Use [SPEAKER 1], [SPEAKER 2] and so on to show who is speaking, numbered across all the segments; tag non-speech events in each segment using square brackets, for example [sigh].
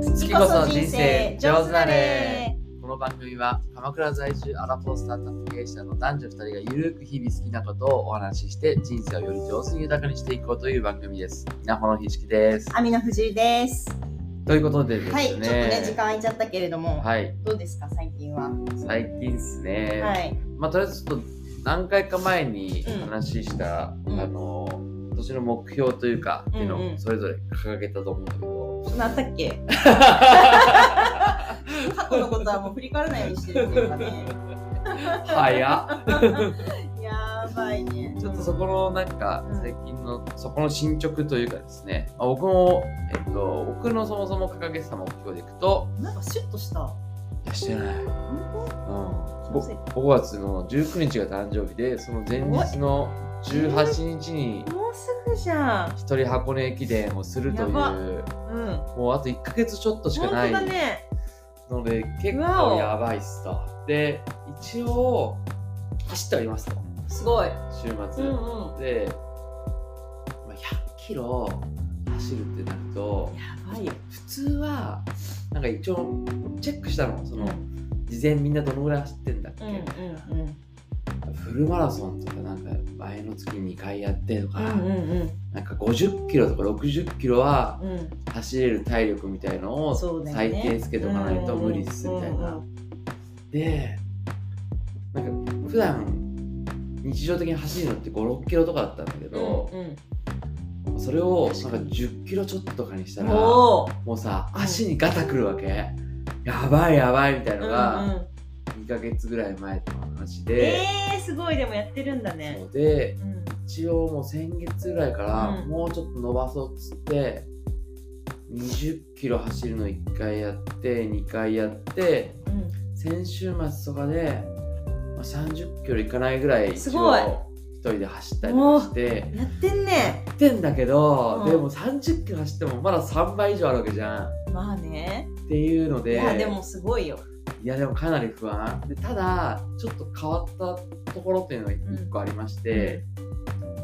[SPEAKER 1] 月こそ人生上手なれこの番組は鎌倉在住アラフォースタートアップ経営者の男女2人がゆるく日々好きなことをお話しして人生をより上手に豊かにしていこうという番組です。稲穂のひしきです。
[SPEAKER 2] 網の藤井です。
[SPEAKER 1] ということでですね。
[SPEAKER 2] はい、ちょっとね、時間空いちゃったけれども、
[SPEAKER 1] はい
[SPEAKER 2] どうですか、最近は。
[SPEAKER 1] 最近ですね、
[SPEAKER 2] はい、
[SPEAKER 1] まあとりあえずちょっと何回か前に話した、
[SPEAKER 2] うん
[SPEAKER 1] あの今年の目標というか、っていう
[SPEAKER 2] うん
[SPEAKER 1] の
[SPEAKER 2] う
[SPEAKER 1] を
[SPEAKER 2] ん
[SPEAKER 1] それぞれ掲げたと思うんだけ
[SPEAKER 2] [laughs]
[SPEAKER 1] ど、
[SPEAKER 2] なんだっ
[SPEAKER 1] [laughs]
[SPEAKER 2] け、過去のことはもう振り返らないようにしてるっていうかね。 [laughs]
[SPEAKER 1] 早っ
[SPEAKER 2] やばいね。
[SPEAKER 1] ちょっとそこのなんか
[SPEAKER 2] うん
[SPEAKER 1] 最近のそこの進捗というかですね、まあ、僕も、えっと、僕のそもそも掲げてた目標でいくと、
[SPEAKER 2] なんかシュッとした。
[SPEAKER 1] いや、してない。うん、
[SPEAKER 2] 本
[SPEAKER 1] ご5月の19日が誕生日で、その前日の18日に
[SPEAKER 2] 当。もうすぐじゃん。
[SPEAKER 1] 一人箱根駅伝をするという、
[SPEAKER 2] やばうん。
[SPEAKER 1] もうあと1ヶ月ちょっとしか
[SPEAKER 2] 本当
[SPEAKER 1] ない
[SPEAKER 2] だね。
[SPEAKER 1] ので、結
[SPEAKER 2] わ
[SPEAKER 1] 構
[SPEAKER 2] お
[SPEAKER 1] やばいっすと。で、一応、走ってはいますと、
[SPEAKER 2] すごい。
[SPEAKER 1] 週
[SPEAKER 2] う
[SPEAKER 1] 末。
[SPEAKER 2] んうん。
[SPEAKER 1] で、まあ、100キロ走るってなると
[SPEAKER 2] やばいよ。
[SPEAKER 1] 普通はなんか一応チェックしたのその事前みんなどのぐらい走ってんだっけ、
[SPEAKER 2] うんうんうん。
[SPEAKER 1] フルマラソンとかなんか前の月2回やってとか、
[SPEAKER 2] うんうん
[SPEAKER 1] なんか50キロとか60キロは
[SPEAKER 2] うん。うん。
[SPEAKER 1] 走れる体力みたいのを
[SPEAKER 2] そうだよ
[SPEAKER 1] 最
[SPEAKER 2] ね
[SPEAKER 1] 低つけとかないと無理っすみたいな。
[SPEAKER 2] うんうんうん
[SPEAKER 1] でなんか普段日常的に走るのって56キロとかだったんだけど、
[SPEAKER 2] うんうん
[SPEAKER 1] それをなん
[SPEAKER 2] 確
[SPEAKER 1] か
[SPEAKER 2] かに
[SPEAKER 1] 10キロちょっととかにしたらも
[SPEAKER 2] おお。
[SPEAKER 1] うさ
[SPEAKER 2] うん
[SPEAKER 1] 足にガタくるわけ、やばいやばいみたいの
[SPEAKER 2] うんう
[SPEAKER 1] が
[SPEAKER 2] ん
[SPEAKER 1] 2ヶ月ぐらい前の話
[SPEAKER 2] え
[SPEAKER 1] で、
[SPEAKER 2] ー、すごいでもやってるんだね。
[SPEAKER 1] そうで
[SPEAKER 2] うん
[SPEAKER 1] 一応もう先月ぐらいから
[SPEAKER 2] うん
[SPEAKER 1] もうちょっと伸ばそうっつって20キロ走るの1回やって2回やって
[SPEAKER 2] う
[SPEAKER 1] 先週末とかでまあ30キロいかないぐらい
[SPEAKER 2] す
[SPEAKER 1] 一
[SPEAKER 2] ごい
[SPEAKER 1] 応一人で走ったりとかして。
[SPEAKER 2] ん、やってんね
[SPEAKER 1] 走ってんだけど、
[SPEAKER 2] うん
[SPEAKER 1] でも30キロ走ってもまだ3倍以上あるわけじゃんっ
[SPEAKER 2] まあね、
[SPEAKER 1] ていうので
[SPEAKER 2] いやでもすごいよ
[SPEAKER 1] いやでもかなり不安でただちょっと変わったところっていうのが1個ありまして、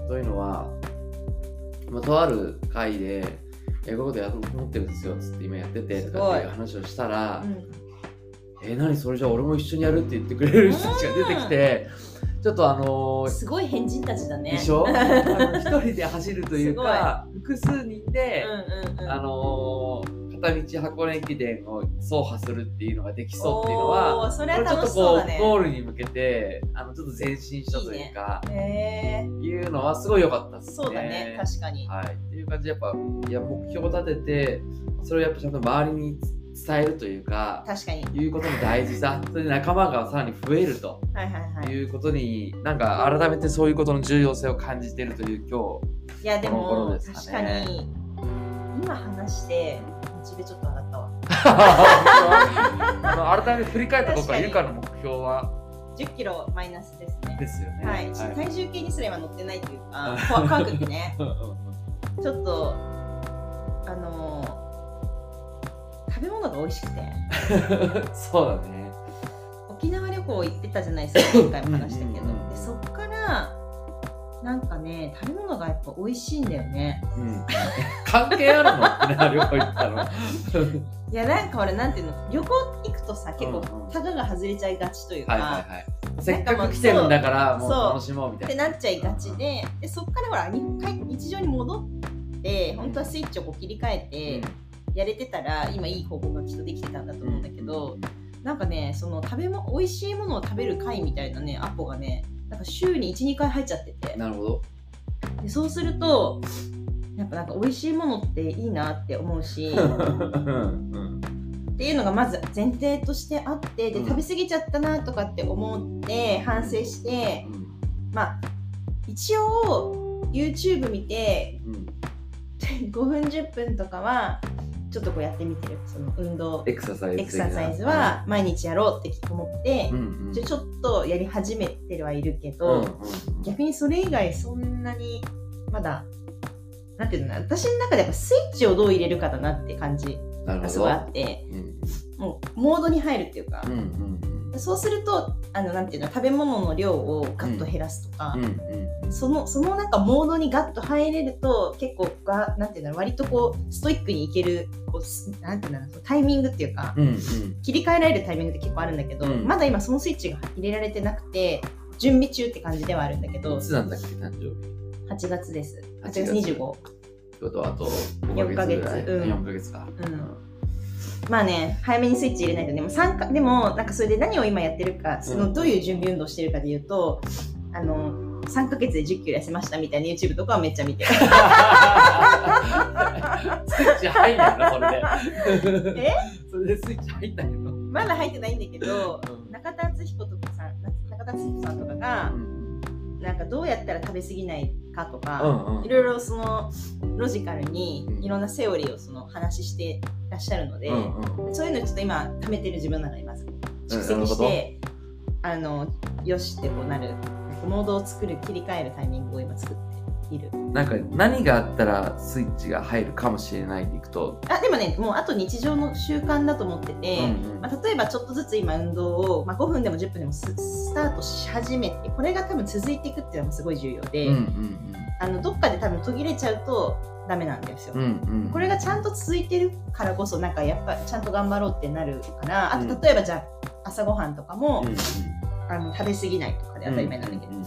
[SPEAKER 1] というのは、まあ、とある回で「いやこういうことやろうと思ってるんですよ」つって今やってて
[SPEAKER 2] すごい
[SPEAKER 1] とかっていう話をしたら「
[SPEAKER 2] うん
[SPEAKER 1] え何それじゃあ俺も一緒にやる」って言ってくれる人たちが出てきて、ちょっとあのー
[SPEAKER 2] すごい変人たちだね
[SPEAKER 1] でし
[SPEAKER 2] [laughs]
[SPEAKER 1] ょあの一人で走るというか複数人
[SPEAKER 2] う
[SPEAKER 1] で、
[SPEAKER 2] んうんうん
[SPEAKER 1] あのー片道箱根駅伝を走破するっていうのができそうっていうのは、
[SPEAKER 2] おーそ
[SPEAKER 1] こ
[SPEAKER 2] れ
[SPEAKER 1] れ
[SPEAKER 2] は
[SPEAKER 1] ちょっ
[SPEAKER 2] 楽
[SPEAKER 1] と
[SPEAKER 2] しそう
[SPEAKER 1] こ
[SPEAKER 2] だ
[SPEAKER 1] う、
[SPEAKER 2] ね
[SPEAKER 1] ゴールに向けて、あの、ちょっと前進したというか、
[SPEAKER 2] へえ
[SPEAKER 1] いうのはすごい良かったですね。
[SPEAKER 2] そうだね確かに、
[SPEAKER 1] はい。っていう感じで、やっぱ、いや、目標を立てて、それをやっぱちゃんと周りに伝えるというか、
[SPEAKER 2] 確かに
[SPEAKER 1] いうことも大事さ、それで仲間がさらに増えると
[SPEAKER 2] はいはいはいいう
[SPEAKER 1] ことに、なんか改めてそういうことの重要性を感じているという今
[SPEAKER 2] いやで
[SPEAKER 1] この頃
[SPEAKER 2] も
[SPEAKER 1] です
[SPEAKER 2] 確
[SPEAKER 1] か
[SPEAKER 2] か
[SPEAKER 1] ね
[SPEAKER 2] に今話してモチベちょっと上がったわ
[SPEAKER 1] 日。あの改めて振り返ったことは、
[SPEAKER 2] 確かに
[SPEAKER 1] ゆかの目標は
[SPEAKER 2] 1 0キロマイナスですね
[SPEAKER 1] ですよね。
[SPEAKER 2] はい、体重計にすら今乗ってないという
[SPEAKER 1] [laughs]
[SPEAKER 2] か怖怖くてねちょっとあのー食べ物が美味しくて
[SPEAKER 1] [laughs] そうだね。
[SPEAKER 2] 沖縄旅行行ってたじゃないです
[SPEAKER 1] [laughs]
[SPEAKER 2] か今回も話したけど
[SPEAKER 1] うんうんうん
[SPEAKER 2] でそっからなんかね食べ物がやっぱ美味しいんだよね
[SPEAKER 1] うん、関係あるの沖縄旅行行ったの。
[SPEAKER 2] いやなんか俺なんていうの旅行行くとさ結構
[SPEAKER 1] うんうん
[SPEAKER 2] タガが外れちゃいがちというか、
[SPEAKER 1] はいはいはい。せっかく来てるんだからもう楽しもうみ
[SPEAKER 2] ったて
[SPEAKER 1] いな。
[SPEAKER 2] なっちゃいがちででそっからほら日帰日常に戻って本当はスイッチをこう切り替えてやれてたら今いい方向がきっとできてたんだと思うんだけど、なんかね、その食べも美味しいものを食べる会みたいなね、アポがね、なんか週に1、2回入っちゃってて、
[SPEAKER 1] なるほど。
[SPEAKER 2] でそうすると、やっぱなんか美味しいものっていいなって思うし、 [laughs]
[SPEAKER 1] うん
[SPEAKER 2] っていうのがまず前提としてあって、で、
[SPEAKER 1] うん
[SPEAKER 2] 食べ過ぎちゃったなとかって思って、反省して、まあ、一応、YouTube 見て、5分、10分とかは、ちょっとこうやってみてる、その運動、
[SPEAKER 1] エクササイズ。
[SPEAKER 2] エクササイズ。は毎日やろうって思って
[SPEAKER 1] う、んうん
[SPEAKER 2] ちょ。ちょっとやり始めてはいるけど、逆にそれ以外そんなにまだなんていうのかな私の中でやっぱスイッチをどう入れるかだなって感じ
[SPEAKER 1] なる
[SPEAKER 2] が
[SPEAKER 1] ほ
[SPEAKER 2] すごいあ
[SPEAKER 1] ど。
[SPEAKER 2] って
[SPEAKER 1] うん
[SPEAKER 2] もうモードに入るっていうか
[SPEAKER 1] う、ん
[SPEAKER 2] そうするとあのなんていうの食べ物の量をガッと減らすとか
[SPEAKER 1] う、ん。
[SPEAKER 2] そのそのなんかモードにガッと入れると結構がなんていうんだろう割とこうストイックにいけるこうすなんていうんだろうタイミングっていうか、
[SPEAKER 1] うんうん
[SPEAKER 2] 切り替えられるタイミングって結構あるんだけど、
[SPEAKER 1] うん
[SPEAKER 2] まだ今そのスイッチが入れられてなくて準備中って感じではあるんだけど
[SPEAKER 1] いつなんだっけ誕生日っ
[SPEAKER 2] 8月です8
[SPEAKER 1] 8
[SPEAKER 2] 月
[SPEAKER 1] 月
[SPEAKER 2] 25
[SPEAKER 1] てことはあと5ヶ月ぐらい
[SPEAKER 2] 4ヶ月うん
[SPEAKER 1] 4ヶ月か、
[SPEAKER 2] うんまあね早めにスイッチ入れないとねもう参加でもなんかそれで何を今やってるかそのどういう準備運動してるかで言うと、あの3ヶ月で1 0キロ痩せましたみたいな YouTube とかはめっちゃ
[SPEAKER 1] [laughs]
[SPEAKER 2] 見てる
[SPEAKER 1] スイッチ入んないのそれで
[SPEAKER 2] え
[SPEAKER 1] それでスイッチ入んないの、うん
[SPEAKER 2] まだ入ってないんだけど中田敦彦とかさん中田敦彦さんとかがなんかどうやったら食べ過ぎないかとか、
[SPEAKER 1] うんうん
[SPEAKER 2] いろいろそのロジカルに
[SPEAKER 1] うん
[SPEAKER 2] いろんなセオリーをその話してらっしゃるので、
[SPEAKER 1] うんうん
[SPEAKER 2] そういうのちょっと今貯めてる自分の中にまず蓄
[SPEAKER 1] なる
[SPEAKER 2] 積
[SPEAKER 1] ほ
[SPEAKER 2] し
[SPEAKER 1] ど
[SPEAKER 2] て、あのよしってこうなるモードを作る切り替えるタイミングを今作っている
[SPEAKER 1] なんか何があったらスイッチが入るかもしれないでいくと、
[SPEAKER 2] あでもねもうあと日常の習慣だと思ってて、
[SPEAKER 1] うんうん
[SPEAKER 2] まあ、例えばちょっとずつ今運動を、まあ、5分でも10分でもススタートし始めてこれが多分続いていくっていうのもすごい重要で、
[SPEAKER 1] うんうん
[SPEAKER 2] あのどっかで多分途切れちゃうとダメなんですよ。
[SPEAKER 1] うんうんうん
[SPEAKER 2] これがちゃんと続いてるからこそなんかやっぱちゃんと頑張ろうってなるからあ
[SPEAKER 1] う
[SPEAKER 2] と
[SPEAKER 1] ん
[SPEAKER 2] 例えばじゃあ朝ごはんとかも、
[SPEAKER 1] うんうん
[SPEAKER 2] あの食べ過ぎないとかで当たり前なんだけど、
[SPEAKER 1] うんうん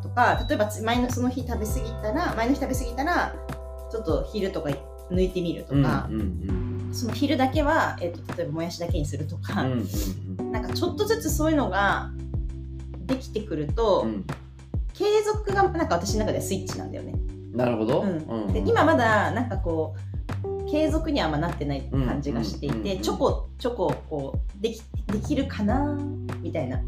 [SPEAKER 2] とか例えばつ前のその日食べ過ぎたら前の日食べ過ぎたらちょっと昼とか抜いてみるとか
[SPEAKER 1] う、んうん
[SPEAKER 2] その昼だけは、えっと例えばもやしだけにすると
[SPEAKER 1] う
[SPEAKER 2] か、
[SPEAKER 1] ん
[SPEAKER 2] なんかちょっとずつそういうのができてくる
[SPEAKER 1] う
[SPEAKER 2] と、
[SPEAKER 1] ん
[SPEAKER 2] 継続がなんか私の中ではスイッチなんだよね。
[SPEAKER 1] うんなるほど、
[SPEAKER 2] うん、で今まだなんかこう継続にはあんまなってない感じがしてい
[SPEAKER 1] うんうんうん
[SPEAKER 2] て
[SPEAKER 1] うん
[SPEAKER 2] ちょこちょここうできできるかなみたいな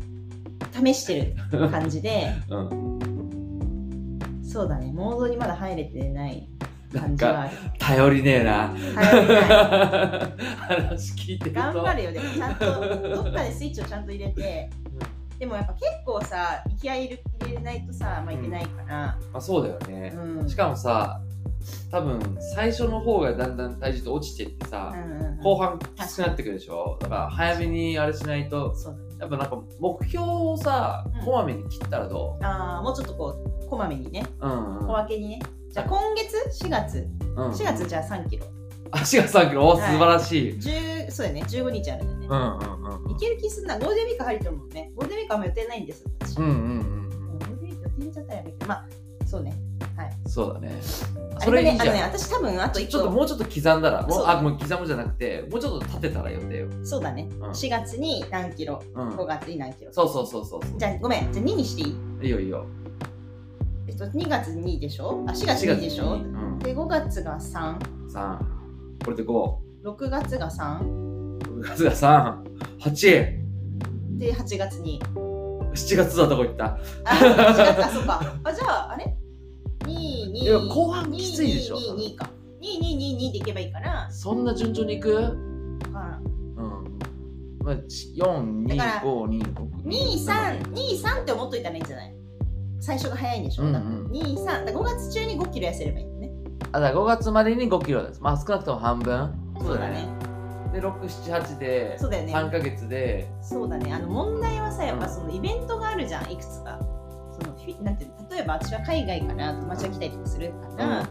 [SPEAKER 2] 試して
[SPEAKER 1] [laughs]
[SPEAKER 2] る感じで
[SPEAKER 1] うん
[SPEAKER 2] そうだねモードにまだ入れてない
[SPEAKER 1] なん
[SPEAKER 2] 感じは
[SPEAKER 1] か
[SPEAKER 2] ある
[SPEAKER 1] 頼りねえな [laughs]
[SPEAKER 2] 頼りない
[SPEAKER 1] 話聞い [laughs] てると
[SPEAKER 2] 頑張るよでもちゃんとどっかでスイッチをちゃんと入れてでもやっぱ結構さ気合い入れ入れないとさ、まあ、いけないから、
[SPEAKER 1] まあそうだよ
[SPEAKER 2] う
[SPEAKER 1] ね、
[SPEAKER 2] ん
[SPEAKER 1] しかもさ多分最初の方がだんだん体重って落ちてってさ、
[SPEAKER 2] うんうんうん
[SPEAKER 1] 後半きつくなってくるでしょだから早めにあれしないと
[SPEAKER 2] そうだね
[SPEAKER 1] やっぱなんか目標をさ
[SPEAKER 2] うん
[SPEAKER 1] こまめに切ったらど
[SPEAKER 2] あーもうちょっとこうこまめにね
[SPEAKER 1] う、うんうん
[SPEAKER 2] 小分けにねじゃあ今月4月
[SPEAKER 1] うん
[SPEAKER 2] 4月じゃあ3キロ
[SPEAKER 1] 足が3キロお素晴らしい、
[SPEAKER 2] 10そうだよね15日あるんだよね、
[SPEAKER 1] うんうんうん
[SPEAKER 2] いける気すんなゴールデンウィーク入ってるもんねゴールデンウィークはもう予定ないんですよ私、
[SPEAKER 1] うんうん
[SPEAKER 2] ゴールデンウィーク予定入れちゃったらやめてまあそうね
[SPEAKER 1] うんそうだね
[SPEAKER 2] あ
[SPEAKER 1] そ
[SPEAKER 2] れ
[SPEAKER 1] れ
[SPEAKER 2] だ
[SPEAKER 1] いい
[SPEAKER 2] ねあ
[SPEAKER 1] じ
[SPEAKER 2] の
[SPEAKER 1] ゃん
[SPEAKER 2] ね私多分あと
[SPEAKER 1] ち
[SPEAKER 2] 1
[SPEAKER 1] ょっと
[SPEAKER 2] 個
[SPEAKER 1] もうちょっと刻んだらも
[SPEAKER 2] そうう
[SPEAKER 1] あもう刻むじゃなくてもうちょっと立てたら予定を、うん
[SPEAKER 2] そうだね4月に何キロ
[SPEAKER 1] うん
[SPEAKER 2] 5月に何キロ、
[SPEAKER 1] そうそうそうそうそう
[SPEAKER 2] じゃあごめんじゃあ2にしていい
[SPEAKER 1] いいよいいよ
[SPEAKER 2] えっと2月2でしょあ4月2でしょ
[SPEAKER 1] 4月
[SPEAKER 2] で5月が36
[SPEAKER 1] にうん3これで56
[SPEAKER 2] 月が
[SPEAKER 1] 月が387
[SPEAKER 2] 3で8月に
[SPEAKER 1] 月だとこ行った
[SPEAKER 2] あ8月あそうかあじゃああれ2
[SPEAKER 1] いや
[SPEAKER 2] 2
[SPEAKER 1] 後半きついでしょ
[SPEAKER 2] 2か2222でいけばいいから
[SPEAKER 1] そんな順調にいくうん
[SPEAKER 2] まあ
[SPEAKER 1] まあ
[SPEAKER 2] だから
[SPEAKER 1] 42526232
[SPEAKER 2] 2323って思っといたらいいんじゃない最初が早いんでし
[SPEAKER 1] う
[SPEAKER 2] ょ、
[SPEAKER 1] んうん
[SPEAKER 2] だから23だから5月中に5キロ痩せればいいのね
[SPEAKER 1] あだ5月までに5キロですまあ少なくとも半分で678で
[SPEAKER 2] そうだよね
[SPEAKER 1] 3か月で
[SPEAKER 2] そうだねあの問題はさやっぱそのイベントがあるじゃんいくつかそのフィなんていうの例えば私は海外から友達が来たりとかするから、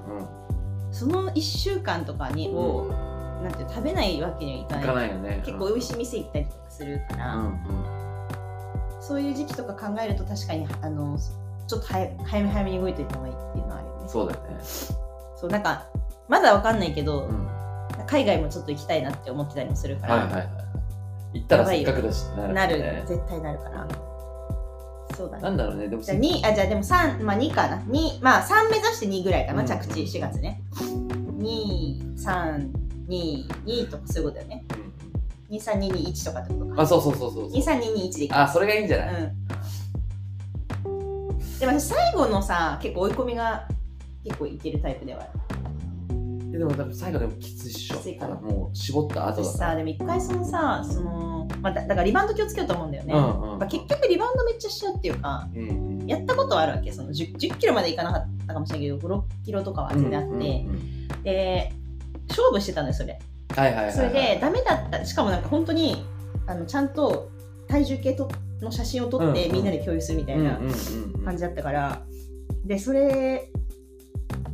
[SPEAKER 2] その1週間とかに
[SPEAKER 1] うん
[SPEAKER 2] を、なんていうの食べないわけにはいか
[SPEAKER 1] い
[SPEAKER 2] ない
[SPEAKER 1] かないよね
[SPEAKER 2] 結構美味しい店行ったりとかするか
[SPEAKER 1] う
[SPEAKER 2] ら、
[SPEAKER 1] んうん
[SPEAKER 2] そういう時期とか考えると確かにあのちょっと早早め早めに動いておいた方がいいっていうのはあるよね
[SPEAKER 1] そうだよね
[SPEAKER 2] そうなんかまだわかんないけど、
[SPEAKER 1] うん
[SPEAKER 2] 海外もちょっと行きたいなって思ってたりもするか
[SPEAKER 1] は
[SPEAKER 2] ら、
[SPEAKER 1] いはいはいはい行ったらせっかくだしってなる
[SPEAKER 2] なる、
[SPEAKER 1] ね
[SPEAKER 2] 絶対なるからそうだ
[SPEAKER 1] な
[SPEAKER 2] ね
[SPEAKER 1] んだろうねでも
[SPEAKER 2] じゃあ2あじゃあでも3まあ2かな2まあ3目指して2ぐらいかな、
[SPEAKER 1] うん
[SPEAKER 2] 着地4月ね2322とかそういうことだよね
[SPEAKER 1] うん
[SPEAKER 2] 23221とかってことか
[SPEAKER 1] あそうそうそうそうそう
[SPEAKER 2] 23221でいく
[SPEAKER 1] あそれがいいんじゃない
[SPEAKER 2] うんでも私最後のさ結構追い込みが結構いけるタイプではある
[SPEAKER 1] えでも多分最後でもきついっしょ
[SPEAKER 2] きついかな
[SPEAKER 1] もう絞った後
[SPEAKER 2] 私
[SPEAKER 1] だから
[SPEAKER 2] さでも一回そのさその、まあ、だだからリバウンド気をつけようと思うんだよね、
[SPEAKER 1] う
[SPEAKER 2] や
[SPEAKER 1] んうん
[SPEAKER 2] っぱ結局リバウンドめっちゃしちゃうっていうか
[SPEAKER 1] うんうん
[SPEAKER 2] やったことはあるわけその 10, 10キロまでいかなかったかもしれないけど5 6キロとかは全然あって、
[SPEAKER 1] うんうん
[SPEAKER 2] で勝負してたのよそれ
[SPEAKER 1] はいはいはいはい
[SPEAKER 2] それでダメだったしかもなんか本当にあのちゃんと体重計との写真を撮って
[SPEAKER 1] うん
[SPEAKER 2] みんなで共有するみたい
[SPEAKER 1] うんうん
[SPEAKER 2] な
[SPEAKER 1] うんうん
[SPEAKER 2] 感じだったから、でそれ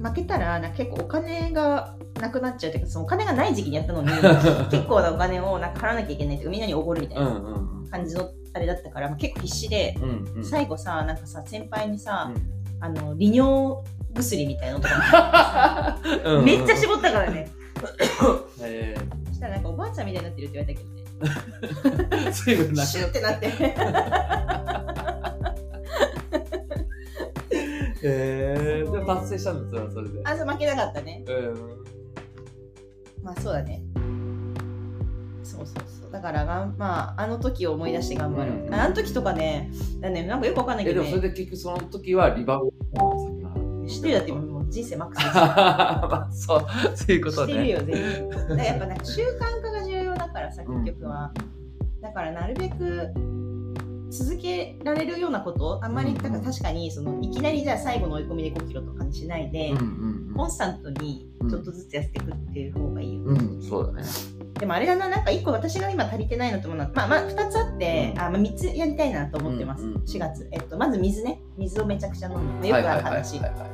[SPEAKER 2] 負けたらなんか結構お金がなくなっちゃうというかそのお金がない時期にやったのに結構なお金をなんか払わなきゃいけないというかみんなにおごるみたい
[SPEAKER 1] うん
[SPEAKER 2] な感じのあれだったから、まあ、結構必死で、
[SPEAKER 1] うん
[SPEAKER 2] [laughs]
[SPEAKER 1] うんうん
[SPEAKER 2] 最後さなんかさ先輩にさ、
[SPEAKER 1] うん
[SPEAKER 2] あの利尿薬みたいなのとかも
[SPEAKER 1] うんうん
[SPEAKER 2] めっちゃ絞ったからね
[SPEAKER 1] え
[SPEAKER 2] そしたらなんかおばあちゃんみたいになってるって言われたけ
[SPEAKER 1] [laughs]
[SPEAKER 2] どね
[SPEAKER 1] ー随分なく
[SPEAKER 2] シューってなって [laughs]
[SPEAKER 1] えーでも達成したんですよそれで
[SPEAKER 2] あそう負けなかったね
[SPEAKER 1] うん
[SPEAKER 2] まあそうだね。そうそうそう。だからがん、まあ、あの時を思い出して頑張る。
[SPEAKER 1] うん
[SPEAKER 2] ああの時とかね、だねなんかよくわかんない
[SPEAKER 1] え
[SPEAKER 2] け
[SPEAKER 1] で
[SPEAKER 2] ど、
[SPEAKER 1] もそれ
[SPEAKER 2] ね、
[SPEAKER 1] で結局その時はリバウンド [laughs] したのさっきの話
[SPEAKER 2] 知ってるだって今もう人生マックスですよ。
[SPEAKER 1] まあそうそういうこ
[SPEAKER 2] 知
[SPEAKER 1] と
[SPEAKER 2] って
[SPEAKER 1] ね
[SPEAKER 2] るよ、
[SPEAKER 1] [laughs]
[SPEAKER 2] 全然。だからやっぱなんか習慣化が重要だからさ、結局は。だからなるべく続けられるようなこと、あんまり、
[SPEAKER 1] うんうん
[SPEAKER 2] だから確かにその、いきなりじゃあ最後の追い込みで5キロとかにしないで、
[SPEAKER 1] うんうん
[SPEAKER 2] コンスタントにちょっとずつやっていくっていう方がいいよね
[SPEAKER 1] うんうんそうだね
[SPEAKER 2] でもあれだな、なんか一個私が今足りてないのと思うのは、まあまあ2つあって、
[SPEAKER 1] うん
[SPEAKER 2] あまあ、3つやりたいなと思ってます、
[SPEAKER 1] うんうん
[SPEAKER 2] 4月、えっと。まず水ね、水をめちゃくちゃ飲む、まあ、よくある話。
[SPEAKER 1] はいはいはいはい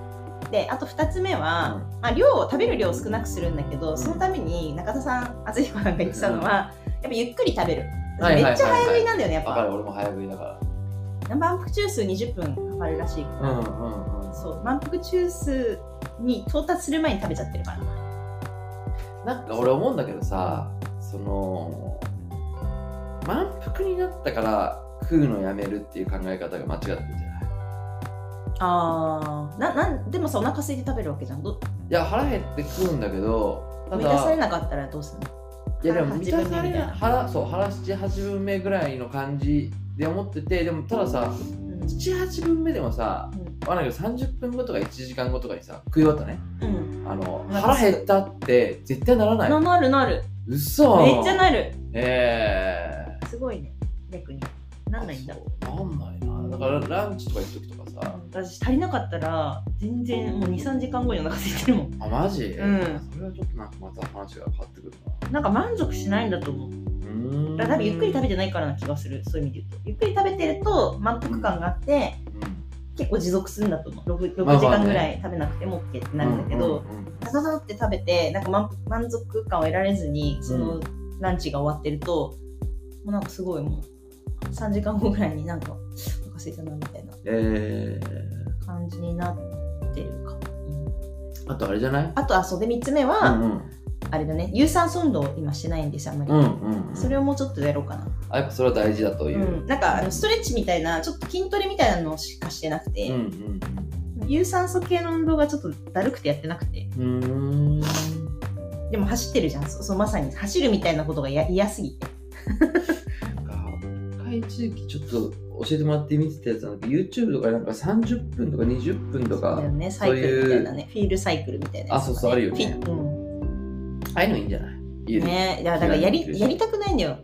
[SPEAKER 2] で、あと2つ目
[SPEAKER 1] う
[SPEAKER 2] は、
[SPEAKER 1] ん
[SPEAKER 2] まあ、量を食べる量を少なくするんだけど、
[SPEAKER 1] ん
[SPEAKER 2] そのために中田さん、厚彦なんか言ってたのは、やっぱゆっくり食べる。
[SPEAKER 1] はいはいはいはい
[SPEAKER 2] めっちゃ早食いなんだよね、やっ
[SPEAKER 1] わか
[SPEAKER 2] ぱ。
[SPEAKER 1] る俺も早食いだか
[SPEAKER 2] 満腹中枢20分かかるらしいからら、
[SPEAKER 1] うんうんうん
[SPEAKER 2] そう、満腹中枢に到達する前に食べちゃってるから。
[SPEAKER 1] なんか俺思うんだけどさその満腹になったから食うのやめるっていう考え方が間違ってるんじゃない
[SPEAKER 2] あーななんでもさ、お腹空いて食べるわけじゃん。ど
[SPEAKER 1] いや腹減って食うんだけどた
[SPEAKER 2] 満たさ
[SPEAKER 1] だ
[SPEAKER 2] れなかったらどうするの
[SPEAKER 1] いやでも満た
[SPEAKER 2] 自
[SPEAKER 1] され
[SPEAKER 2] 分でみたい
[SPEAKER 1] な
[SPEAKER 2] な
[SPEAKER 1] 腹そう腹78分目ぐらいの感じで思っててでもたださ78分目でもさ、
[SPEAKER 2] う
[SPEAKER 1] わかんないけど30分後とか1時間後とかにさ食い終わったね
[SPEAKER 2] うん、
[SPEAKER 1] あの
[SPEAKER 2] なん
[SPEAKER 1] 腹
[SPEAKER 2] かすぐ
[SPEAKER 1] 減ったって絶対ならない
[SPEAKER 2] ななるなる
[SPEAKER 1] うそ
[SPEAKER 2] めっちゃなる
[SPEAKER 1] ええ
[SPEAKER 2] すごいね逆になんないんだ
[SPEAKER 1] そうなんないなだからランチとか行く時とかさ
[SPEAKER 2] 私足りなかったら全然もう23時間後にお腹空いてるもん
[SPEAKER 1] あマジ、
[SPEAKER 2] うん
[SPEAKER 1] それはちょっとなんかまた話が変わってくるな
[SPEAKER 2] なんか満足しないんだと思う
[SPEAKER 1] うーん
[SPEAKER 2] だから多分ゆっくり食べてないからな気がするそういう意味で言うとゆっくり食べてると満腹感があって、
[SPEAKER 1] うん
[SPEAKER 2] 結構持続するんだと思う 6,
[SPEAKER 1] まあまあね
[SPEAKER 2] 時間ぐらい食べなくても OK ってなるんだけど、
[SPEAKER 1] うんうんうん
[SPEAKER 2] ダダダって食べてなんか満満足感を得られずにそのランチが終わってると、もうなんかすごいもう3時間後ぐらいになんかお腹空いたなみたいな
[SPEAKER 1] え
[SPEAKER 2] 感じになってるかも、うん
[SPEAKER 1] ー、あとあれじゃない
[SPEAKER 2] あとあそうで3つ目
[SPEAKER 1] う
[SPEAKER 2] は、
[SPEAKER 1] んうん
[SPEAKER 2] あれだね有酸素運動を今してないんですあんまり、
[SPEAKER 1] うんうんうん
[SPEAKER 2] それをもうちょっとやろうかな、
[SPEAKER 1] あやっぱそれは大事だと
[SPEAKER 2] う
[SPEAKER 1] い
[SPEAKER 2] ん
[SPEAKER 1] う
[SPEAKER 2] なんかあのストレッチみたいなちょっと筋トレみたいなのしかしてなく
[SPEAKER 1] うんう
[SPEAKER 2] て、
[SPEAKER 1] ん
[SPEAKER 2] 有酸素系の運動がちょっとだるくてやってなくて
[SPEAKER 1] うんうーん
[SPEAKER 2] でも走ってるじゃんそうそうまさに走るみたいなことがや嫌すぎて
[SPEAKER 1] なんか一回一時期ちょっと教えてもらって見てたやつなんか YouTube とかなんか30分とか20分と
[SPEAKER 2] そう
[SPEAKER 1] か
[SPEAKER 2] だよね、サイクルみたいなね、フィールサイクルみたいなや
[SPEAKER 1] あそ
[SPEAKER 2] つとかね、
[SPEAKER 1] うそうあるよね
[SPEAKER 2] フィう
[SPEAKER 1] ああいうのいいんじゃない家
[SPEAKER 2] ん、
[SPEAKER 1] で、
[SPEAKER 2] ねいやだからやりやりたくないんだよ、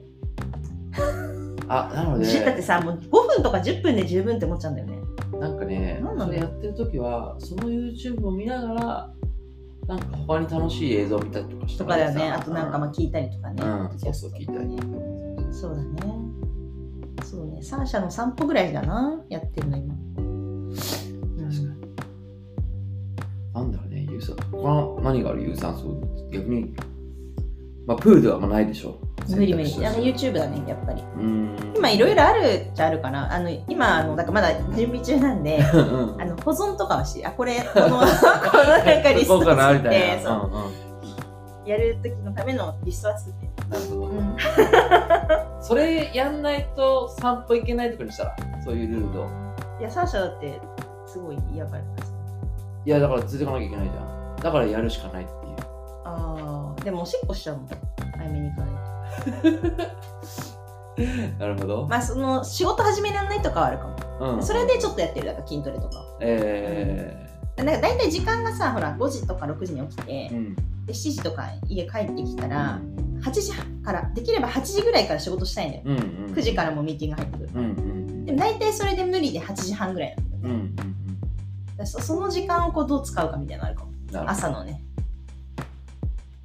[SPEAKER 1] あなので
[SPEAKER 2] だってさもう5分とか10分で十分って思っちゃうんだよね
[SPEAKER 1] なんかね
[SPEAKER 2] なんな
[SPEAKER 1] そ
[SPEAKER 2] んだ
[SPEAKER 1] れやってる時はその YouTube を見ながらなんか他に楽しい映像を見たりとかした
[SPEAKER 2] とかだよね
[SPEAKER 1] さ
[SPEAKER 2] あとなんかまあ聞いたりとかね、
[SPEAKER 1] うんそうそう聞いたり
[SPEAKER 2] そうだねそうねサーシャの散歩ぐらいだなやってるの今
[SPEAKER 1] 確かになんだろうね有酸素他何がある有酸素逆にまあプールではあんまないでしょ
[SPEAKER 2] うん無理無理
[SPEAKER 1] 選
[SPEAKER 2] あ
[SPEAKER 1] 択肢
[SPEAKER 2] の
[SPEAKER 1] として
[SPEAKER 2] YouTube だねやっぱり
[SPEAKER 1] うーん
[SPEAKER 2] 今いろいろあるっちゃあるかなあの今あのだからまだ準備中なんで
[SPEAKER 1] うんうん
[SPEAKER 2] あの保存とかはしあこれこのこ
[SPEAKER 1] [laughs]
[SPEAKER 2] のなんかリス
[SPEAKER 1] こ
[SPEAKER 2] ト
[SPEAKER 1] うかな
[SPEAKER 2] 作
[SPEAKER 1] み
[SPEAKER 2] った
[SPEAKER 1] い
[SPEAKER 2] て
[SPEAKER 1] な
[SPEAKER 2] そう
[SPEAKER 1] うんうん
[SPEAKER 2] やる時のためのリストは作って
[SPEAKER 1] なるほど
[SPEAKER 2] うん
[SPEAKER 1] それやんないと散歩行けないとかにしたらそういうルールを
[SPEAKER 2] いやサーシャだってすごい嫌がるからさ
[SPEAKER 1] いやだから続かなきゃいけないじゃんだからやるしかないっていう
[SPEAKER 2] あーでもおしっこしちゃうもん早めに行かない
[SPEAKER 1] なるほど
[SPEAKER 2] とまあその仕事始めらんないとかはあるかも、
[SPEAKER 1] うん、
[SPEAKER 2] それでちょっとやってるだから筋トレとか
[SPEAKER 1] え
[SPEAKER 2] なんか大体時間がさほら5時とか6時に起きて
[SPEAKER 1] ー、うん
[SPEAKER 2] で7時とか家帰ってきたら8時からできれば8時ぐらいから仕事したいんだよ
[SPEAKER 1] うんうん
[SPEAKER 2] 9時からもうミーティング入ってくる
[SPEAKER 1] うんうん
[SPEAKER 2] でも大体それで無理で8時半ぐらいなん
[SPEAKER 1] う
[SPEAKER 2] だよね
[SPEAKER 1] んうんうん
[SPEAKER 2] だからそその時間をこうどう使うかみたいなのあるかも
[SPEAKER 1] なるほど
[SPEAKER 2] 朝のね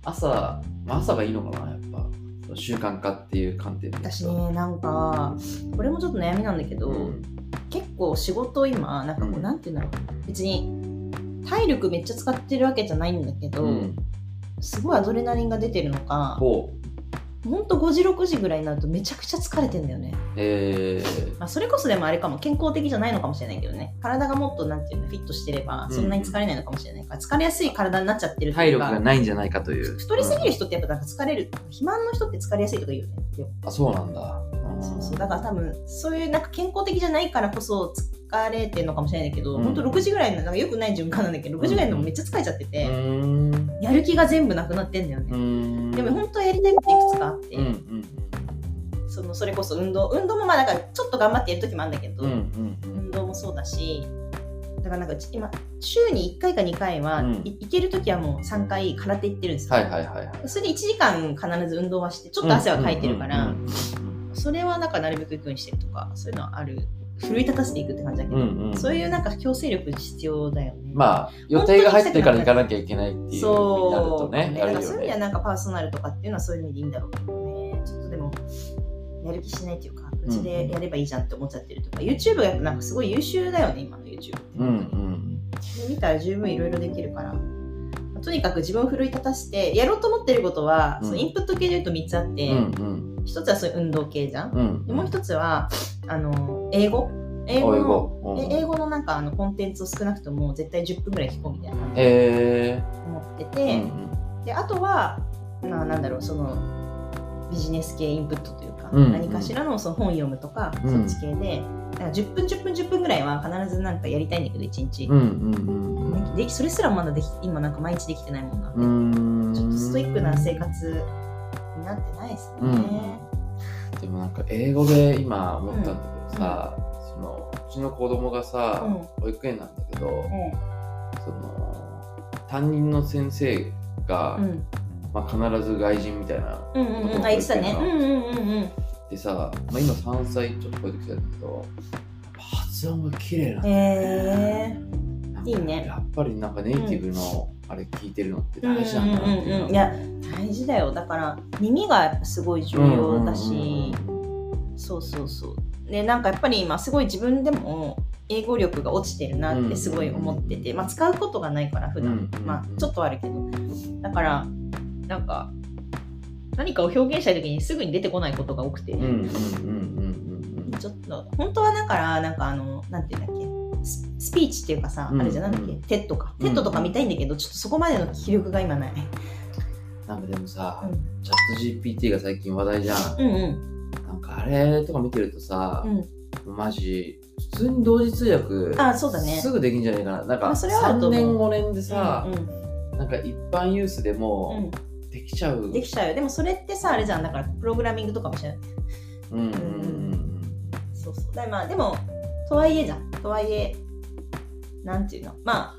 [SPEAKER 1] 朝、まあ、朝がいいのかなやっぱその習慣化っていう観点で
[SPEAKER 2] 私ねなんかこれもちょっと悩みなんだけど、
[SPEAKER 1] うん、
[SPEAKER 2] 筋結構仕事今なんかこう、
[SPEAKER 1] うん
[SPEAKER 2] なんて言うんだろう別に体力めっちゃ使ってるわけじゃないんだけど、
[SPEAKER 1] うん
[SPEAKER 2] すごいアドレナリンが出てるのか
[SPEAKER 1] ほう
[SPEAKER 2] ほんと5時6時ぐらいになるとめちゃくちゃ疲れてんだよね、
[SPEAKER 1] えー
[SPEAKER 2] まあ、それこそでもあれかも健康的じゃないのかもしれないけどね体がもっとなんていうのフィットしてればそんなに疲れないのかもしれないから、疲れやすい体になっちゃってるって
[SPEAKER 1] 体
[SPEAKER 2] いう
[SPEAKER 1] 力
[SPEAKER 2] か
[SPEAKER 1] がないんじゃないかという
[SPEAKER 2] 太りすぎる
[SPEAKER 1] 人、
[SPEAKER 2] 人ってやっぱなんか疲れる肥満の人って疲れやすいとか言うよねよく
[SPEAKER 1] うんあそうなんだ
[SPEAKER 2] そうそうだから多分そういうなんか健康的じゃないからこそ疲れてるのかもしれないけど、
[SPEAKER 1] うん
[SPEAKER 2] ほんと6時ぐらいのなんかよくない循環なんだけど6時ぐらいのもめっちゃ疲れちゃって
[SPEAKER 1] う
[SPEAKER 2] て、
[SPEAKER 1] ーんう
[SPEAKER 2] やる気が全部なくなってんだよね、
[SPEAKER 1] ーん
[SPEAKER 2] でも本当はやりたいこといくつかあって、
[SPEAKER 1] うんうん
[SPEAKER 2] そのそれこそ運動運動もまあだからちょっと頑張ってやる時もあるんだけど、
[SPEAKER 1] うんうんうんうん
[SPEAKER 2] 運動もそうだしだからなんかうち今週に1回か2回は、
[SPEAKER 1] うん
[SPEAKER 2] い行ける時はもう3回空手行ってるんですよ、
[SPEAKER 1] はいはいはいはい
[SPEAKER 2] それで1時間必ず運動はしてちょっと汗はかいてるから、
[SPEAKER 1] うん
[SPEAKER 2] それはなんかなるべく行くようにしてるとかそういうのはある奮い立たせていくって感じだけ
[SPEAKER 1] う
[SPEAKER 2] ど、
[SPEAKER 1] んうんうんうん
[SPEAKER 2] そういうなんか強制力必要だよね。
[SPEAKER 1] まあ予定が入ってるから行かなきゃいけないっていうふうになると
[SPEAKER 2] そう
[SPEAKER 1] ねある
[SPEAKER 2] だか
[SPEAKER 1] よ
[SPEAKER 2] らそういう意味では
[SPEAKER 1] ね
[SPEAKER 2] なんかパーソナルとかっていうのはそういう意味でいいんだろうけどねちょっとでもやる気しないっていうかうちでやればいいじゃんって思っちゃってるとか、YouTube がやっぱなんかすごい優秀だよね今の YouTube って、
[SPEAKER 1] うんうん
[SPEAKER 2] で見たら十分いろいろできるから、まあとにかく自分を奮い立たせてやろうと思ってることは、
[SPEAKER 1] うん
[SPEAKER 2] そのインプット系で言うと3つあっ
[SPEAKER 1] う
[SPEAKER 2] て、
[SPEAKER 1] んうん
[SPEAKER 2] 一つはそういう運動系じゃん、
[SPEAKER 1] うん
[SPEAKER 2] でもう一つはあの英語英語
[SPEAKER 1] 英
[SPEAKER 2] の
[SPEAKER 1] 語うん
[SPEAKER 2] え英語のなんかあのコンテンツを少なくとも絶対10分ぐらい聞こうみたいな感じで
[SPEAKER 1] へ
[SPEAKER 2] 思って
[SPEAKER 1] え
[SPEAKER 2] て、
[SPEAKER 1] うん
[SPEAKER 2] であとは、まあ、なんだろうそのビジネス系インプットというか、
[SPEAKER 1] うんうん
[SPEAKER 2] 何かしらのその本読むとか、
[SPEAKER 1] うん
[SPEAKER 2] そっち系でだから10分10分10分ぐらいは必ずなんかやりたいんだけど1日、
[SPEAKER 1] うんうんうん
[SPEAKER 2] できそれすらまだでき今なんか毎日できてないもんな、
[SPEAKER 1] うん
[SPEAKER 2] ちょっとストイックな生活になってないですね、
[SPEAKER 1] うん、でもなんか英語で今思ったんだけどさ、そのうちの子供がさ、
[SPEAKER 2] うん
[SPEAKER 1] 保育園なんだけど、
[SPEAKER 2] う
[SPEAKER 1] その担任の先生が、
[SPEAKER 2] ん
[SPEAKER 1] まあ、必ず外人みたいな
[SPEAKER 2] うんうんうんあ言ってたねうんうんうんうん
[SPEAKER 1] でさ、まあ、今3歳ちょっと超えてきたんだけど発音が綺麗なんだよ
[SPEAKER 2] へえ
[SPEAKER 1] なん
[SPEAKER 2] いいね
[SPEAKER 1] やっぱりなんかネイティブのあれ聞いてるのって大事
[SPEAKER 2] う
[SPEAKER 1] なん
[SPEAKER 2] ん
[SPEAKER 1] だなって
[SPEAKER 2] うん
[SPEAKER 1] いううん
[SPEAKER 2] いや大事だよだから耳がやっぱすごい重要だし、そうそうそうでなんかやっぱり今すごい自分でも英語力が落ちてるなってすごい思ってて、
[SPEAKER 1] うん
[SPEAKER 2] まあ、使うことがないから普段、
[SPEAKER 1] うん
[SPEAKER 2] まあちょっとはあるけどだからなんか何かを表現したい時にすぐに出てこないことが多くて、
[SPEAKER 1] うんうんうんうん
[SPEAKER 2] ちょっと本当はだからなんかあのなんていうんだっけススピーチっていうかさ、
[SPEAKER 1] うん
[SPEAKER 2] あれじゃなんだっけ
[SPEAKER 1] うん
[SPEAKER 2] テッドか
[SPEAKER 1] うん
[SPEAKER 2] テッドとか見たいんだけど、ちょっとそこまでの気力が今ない、
[SPEAKER 1] うんなんかでもさ、
[SPEAKER 2] うん、
[SPEAKER 1] チャット GPT が最近話題 [laughs] じゃん。
[SPEAKER 2] うんうん
[SPEAKER 1] なんかあれとか見てるとさ
[SPEAKER 2] う、ん
[SPEAKER 1] マジ、普通に同時通訳、
[SPEAKER 2] あそうだね
[SPEAKER 1] すぐできんじゃないかな。なんか
[SPEAKER 2] まあそれはあると
[SPEAKER 1] 3
[SPEAKER 2] 思う
[SPEAKER 1] 年5年でさ
[SPEAKER 2] う、ん
[SPEAKER 1] なんか一般ユースで
[SPEAKER 2] う
[SPEAKER 1] も
[SPEAKER 2] ん
[SPEAKER 1] できちゃう。
[SPEAKER 2] できちゃうよでもそれってさあれじゃんだからプログラミングとかもしない
[SPEAKER 1] うんうんうん
[SPEAKER 2] そうそうだからまあでもとはいえじゃんとはいえなんていうのまあ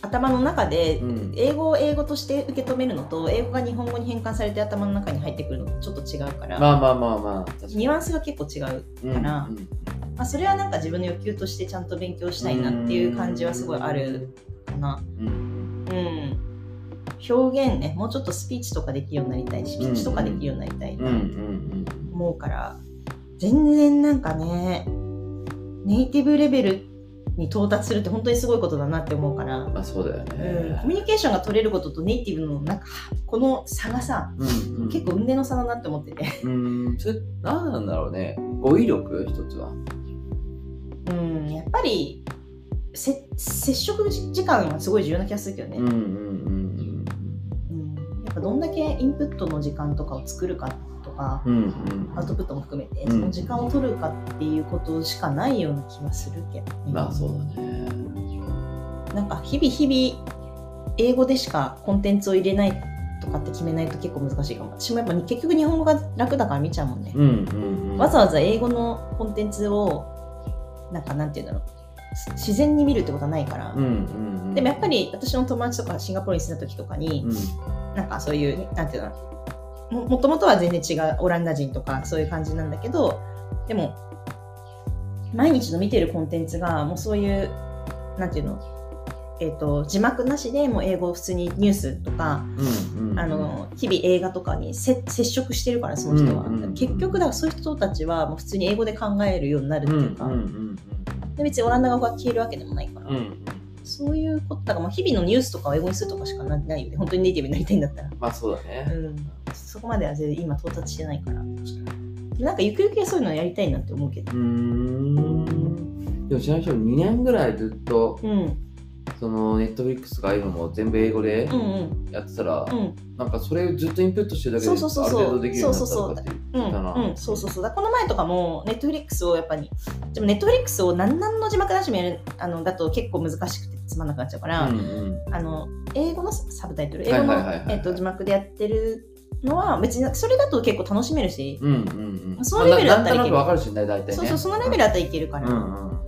[SPEAKER 2] 頭の中で
[SPEAKER 1] うん。うん
[SPEAKER 2] 英語を英語として受け止めるのと英語が日本語に変換されて頭の中に入ってくるのとちょっと違うから、
[SPEAKER 1] まあまあまあまあ、確か
[SPEAKER 2] ニュアンスが結構違う、
[SPEAKER 1] うん
[SPEAKER 2] かな
[SPEAKER 1] うんうん
[SPEAKER 2] まあ、それはなんか自分の欲求としてちゃんと勉強したいなっていう感じはすごいあるかな
[SPEAKER 1] うん
[SPEAKER 2] うん表現ねもうちょっとスピーチとかできるようになりたいしピッチとかできるようになりた
[SPEAKER 1] う
[SPEAKER 2] い
[SPEAKER 1] んう
[SPEAKER 2] なん
[SPEAKER 1] うん
[SPEAKER 2] 思うから全然なんかねネイティブレベルに到達するって本当にすごいことだなって思うから、うん
[SPEAKER 1] まあそうだよ
[SPEAKER 2] コミ
[SPEAKER 1] ね。
[SPEAKER 2] ュニケーションが取れることとネイティブのなんかこの差がさ
[SPEAKER 1] うんうん
[SPEAKER 2] 結構運命の差だなって思ってて、
[SPEAKER 1] うんそれ何なんだろうね語彙力一つは
[SPEAKER 2] うん、やっぱりせ接触時間はすごい重要な気がするけどね、
[SPEAKER 1] うんうんうん
[SPEAKER 2] うんやっぱどんだけインプットの時間とかを作るかとか、
[SPEAKER 1] うんうんうん
[SPEAKER 2] アウトプットも含めて
[SPEAKER 1] うん
[SPEAKER 2] その時間を取るかっていうことしかないような気はするけど、ね
[SPEAKER 1] まあそうだね
[SPEAKER 2] なんか日々日々英語でしかコンテンツを入れないとかって決めないと結構難しいかも私もやっぱり結局日本語が楽だから見ちゃうもんね、
[SPEAKER 1] うんうんうん
[SPEAKER 2] わざわざ英語のコンテンツをなんかなんて言うんだろうし自然に見るってことはないから、
[SPEAKER 1] うんうんうん
[SPEAKER 2] でもやっぱり私の友達とかシンガポールに住んだ時とかに、
[SPEAKER 1] うん
[SPEAKER 2] なんかそういうなんていうのももともとは全然違うオランダ人とかそういう感じなんだけどでも毎日の見てるコンテンツがもうそういうなんていうのえっ、と字幕なしでもう英語を普通にニュースとか、
[SPEAKER 1] うんうん
[SPEAKER 2] あの日々映画とかにせ接触してるからその人は、
[SPEAKER 1] うんうんうん
[SPEAKER 2] 結局だからそういう人たちはもう普通に英語で考えるようになるっ
[SPEAKER 1] う
[SPEAKER 2] て
[SPEAKER 1] んう
[SPEAKER 2] い
[SPEAKER 1] ん
[SPEAKER 2] うか、
[SPEAKER 1] うんうん
[SPEAKER 2] で別にオランダ語が消えるわけでもないから、
[SPEAKER 1] うんうん
[SPEAKER 2] そういうことだからもう日々のニュースとかを英語にするとかしかなないよね本当にネイティブになりたいんだったら、
[SPEAKER 1] まあそうだね、
[SPEAKER 2] うん、そこまでは全然今到達してないからなんかゆくゆくはそういうのやりたいなって思うけど
[SPEAKER 1] うーんでもちなみに2年ぐらいずっと
[SPEAKER 2] うんうん
[SPEAKER 1] そのネットフリックスとかああいうのも全部英語で
[SPEAKER 2] うん
[SPEAKER 1] やってたら、
[SPEAKER 2] うん
[SPEAKER 1] なんかそれをずっとインプットしてるだけであ
[SPEAKER 2] そう
[SPEAKER 1] る
[SPEAKER 2] そうそうそう
[SPEAKER 1] 程度できるようになったとかって
[SPEAKER 2] うん
[SPEAKER 1] 言ってたな、
[SPEAKER 2] うん、そうそうそうだこの前とかもネットフリックスをやっぱりでもネットフリックスを何々の字幕なしもやるあのだと結構難しくてつまんなくなっちゃうから、
[SPEAKER 1] うんうん
[SPEAKER 2] あの英語のサブタイト
[SPEAKER 1] は
[SPEAKER 2] ル英
[SPEAKER 1] いは
[SPEAKER 2] 語
[SPEAKER 1] い
[SPEAKER 2] の
[SPEAKER 1] はいはい
[SPEAKER 2] えっと字幕でやってるのは別にそれだと結構楽しめるし、
[SPEAKER 1] うんうんうん
[SPEAKER 2] そのレベルだったら
[SPEAKER 1] まあなんと
[SPEAKER 2] いける
[SPEAKER 1] なくわかるしね大体ね
[SPEAKER 2] そうそうそのレベルだったらいけるから、
[SPEAKER 1] うんうんうん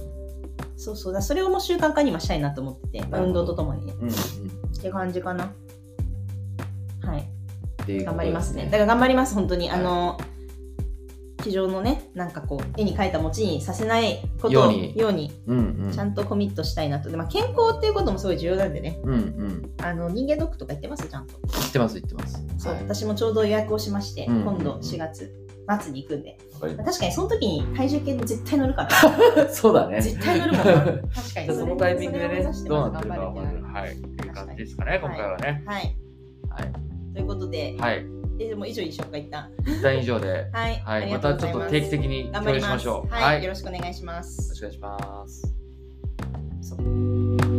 [SPEAKER 2] そうそうだそれをもう習慣化に今したいなと思ってて
[SPEAKER 1] ほど
[SPEAKER 2] 運動とともにね
[SPEAKER 1] うんうん
[SPEAKER 2] って感じかなはい
[SPEAKER 1] っていうことです
[SPEAKER 2] 頑張りますねだから頑張ります本当にあの地上のねなんかこう絵に描いた餅にさせないこと
[SPEAKER 1] よ
[SPEAKER 2] を
[SPEAKER 1] うに
[SPEAKER 2] ように
[SPEAKER 1] うんうん
[SPEAKER 2] ちゃんとコミットしたいなとで、まあ、健康っていうこともすごい重要なんでね
[SPEAKER 1] うんうん
[SPEAKER 2] あの人間ドックとか行ってますちゃんと
[SPEAKER 1] 言ってます言ってます
[SPEAKER 2] そう、
[SPEAKER 1] はいわ
[SPEAKER 2] 私もちょうど予約をしまして、
[SPEAKER 1] うん
[SPEAKER 2] 今度4月末に行くんで
[SPEAKER 1] かりま
[SPEAKER 2] 確かにその時に体重計絶対乗るから
[SPEAKER 1] [laughs] すそうだね
[SPEAKER 2] 絶対乗るもんな確かに
[SPEAKER 1] じゃあそのタイミングでね、どうなってるかわかる。はい。っていう感じですかね、今回はね。
[SPEAKER 2] はい
[SPEAKER 1] はい。
[SPEAKER 2] ということで、
[SPEAKER 1] はい。
[SPEAKER 2] えでも以上に紹介いった。
[SPEAKER 1] 一旦以上で
[SPEAKER 2] はい、
[SPEAKER 1] は
[SPEAKER 2] あ
[SPEAKER 1] い。
[SPEAKER 2] り
[SPEAKER 1] ま
[SPEAKER 2] がとう
[SPEAKER 1] たち
[SPEAKER 2] ござい
[SPEAKER 1] ょっ
[SPEAKER 2] ま
[SPEAKER 1] と
[SPEAKER 2] す
[SPEAKER 1] 定期的に
[SPEAKER 2] 頑
[SPEAKER 1] 共有
[SPEAKER 2] 張り
[SPEAKER 1] し
[SPEAKER 2] ま
[SPEAKER 1] ますしょう。
[SPEAKER 2] はい、よ
[SPEAKER 1] よ
[SPEAKER 2] ろしくお願いしま
[SPEAKER 1] ろ
[SPEAKER 2] す
[SPEAKER 1] しくお願いします。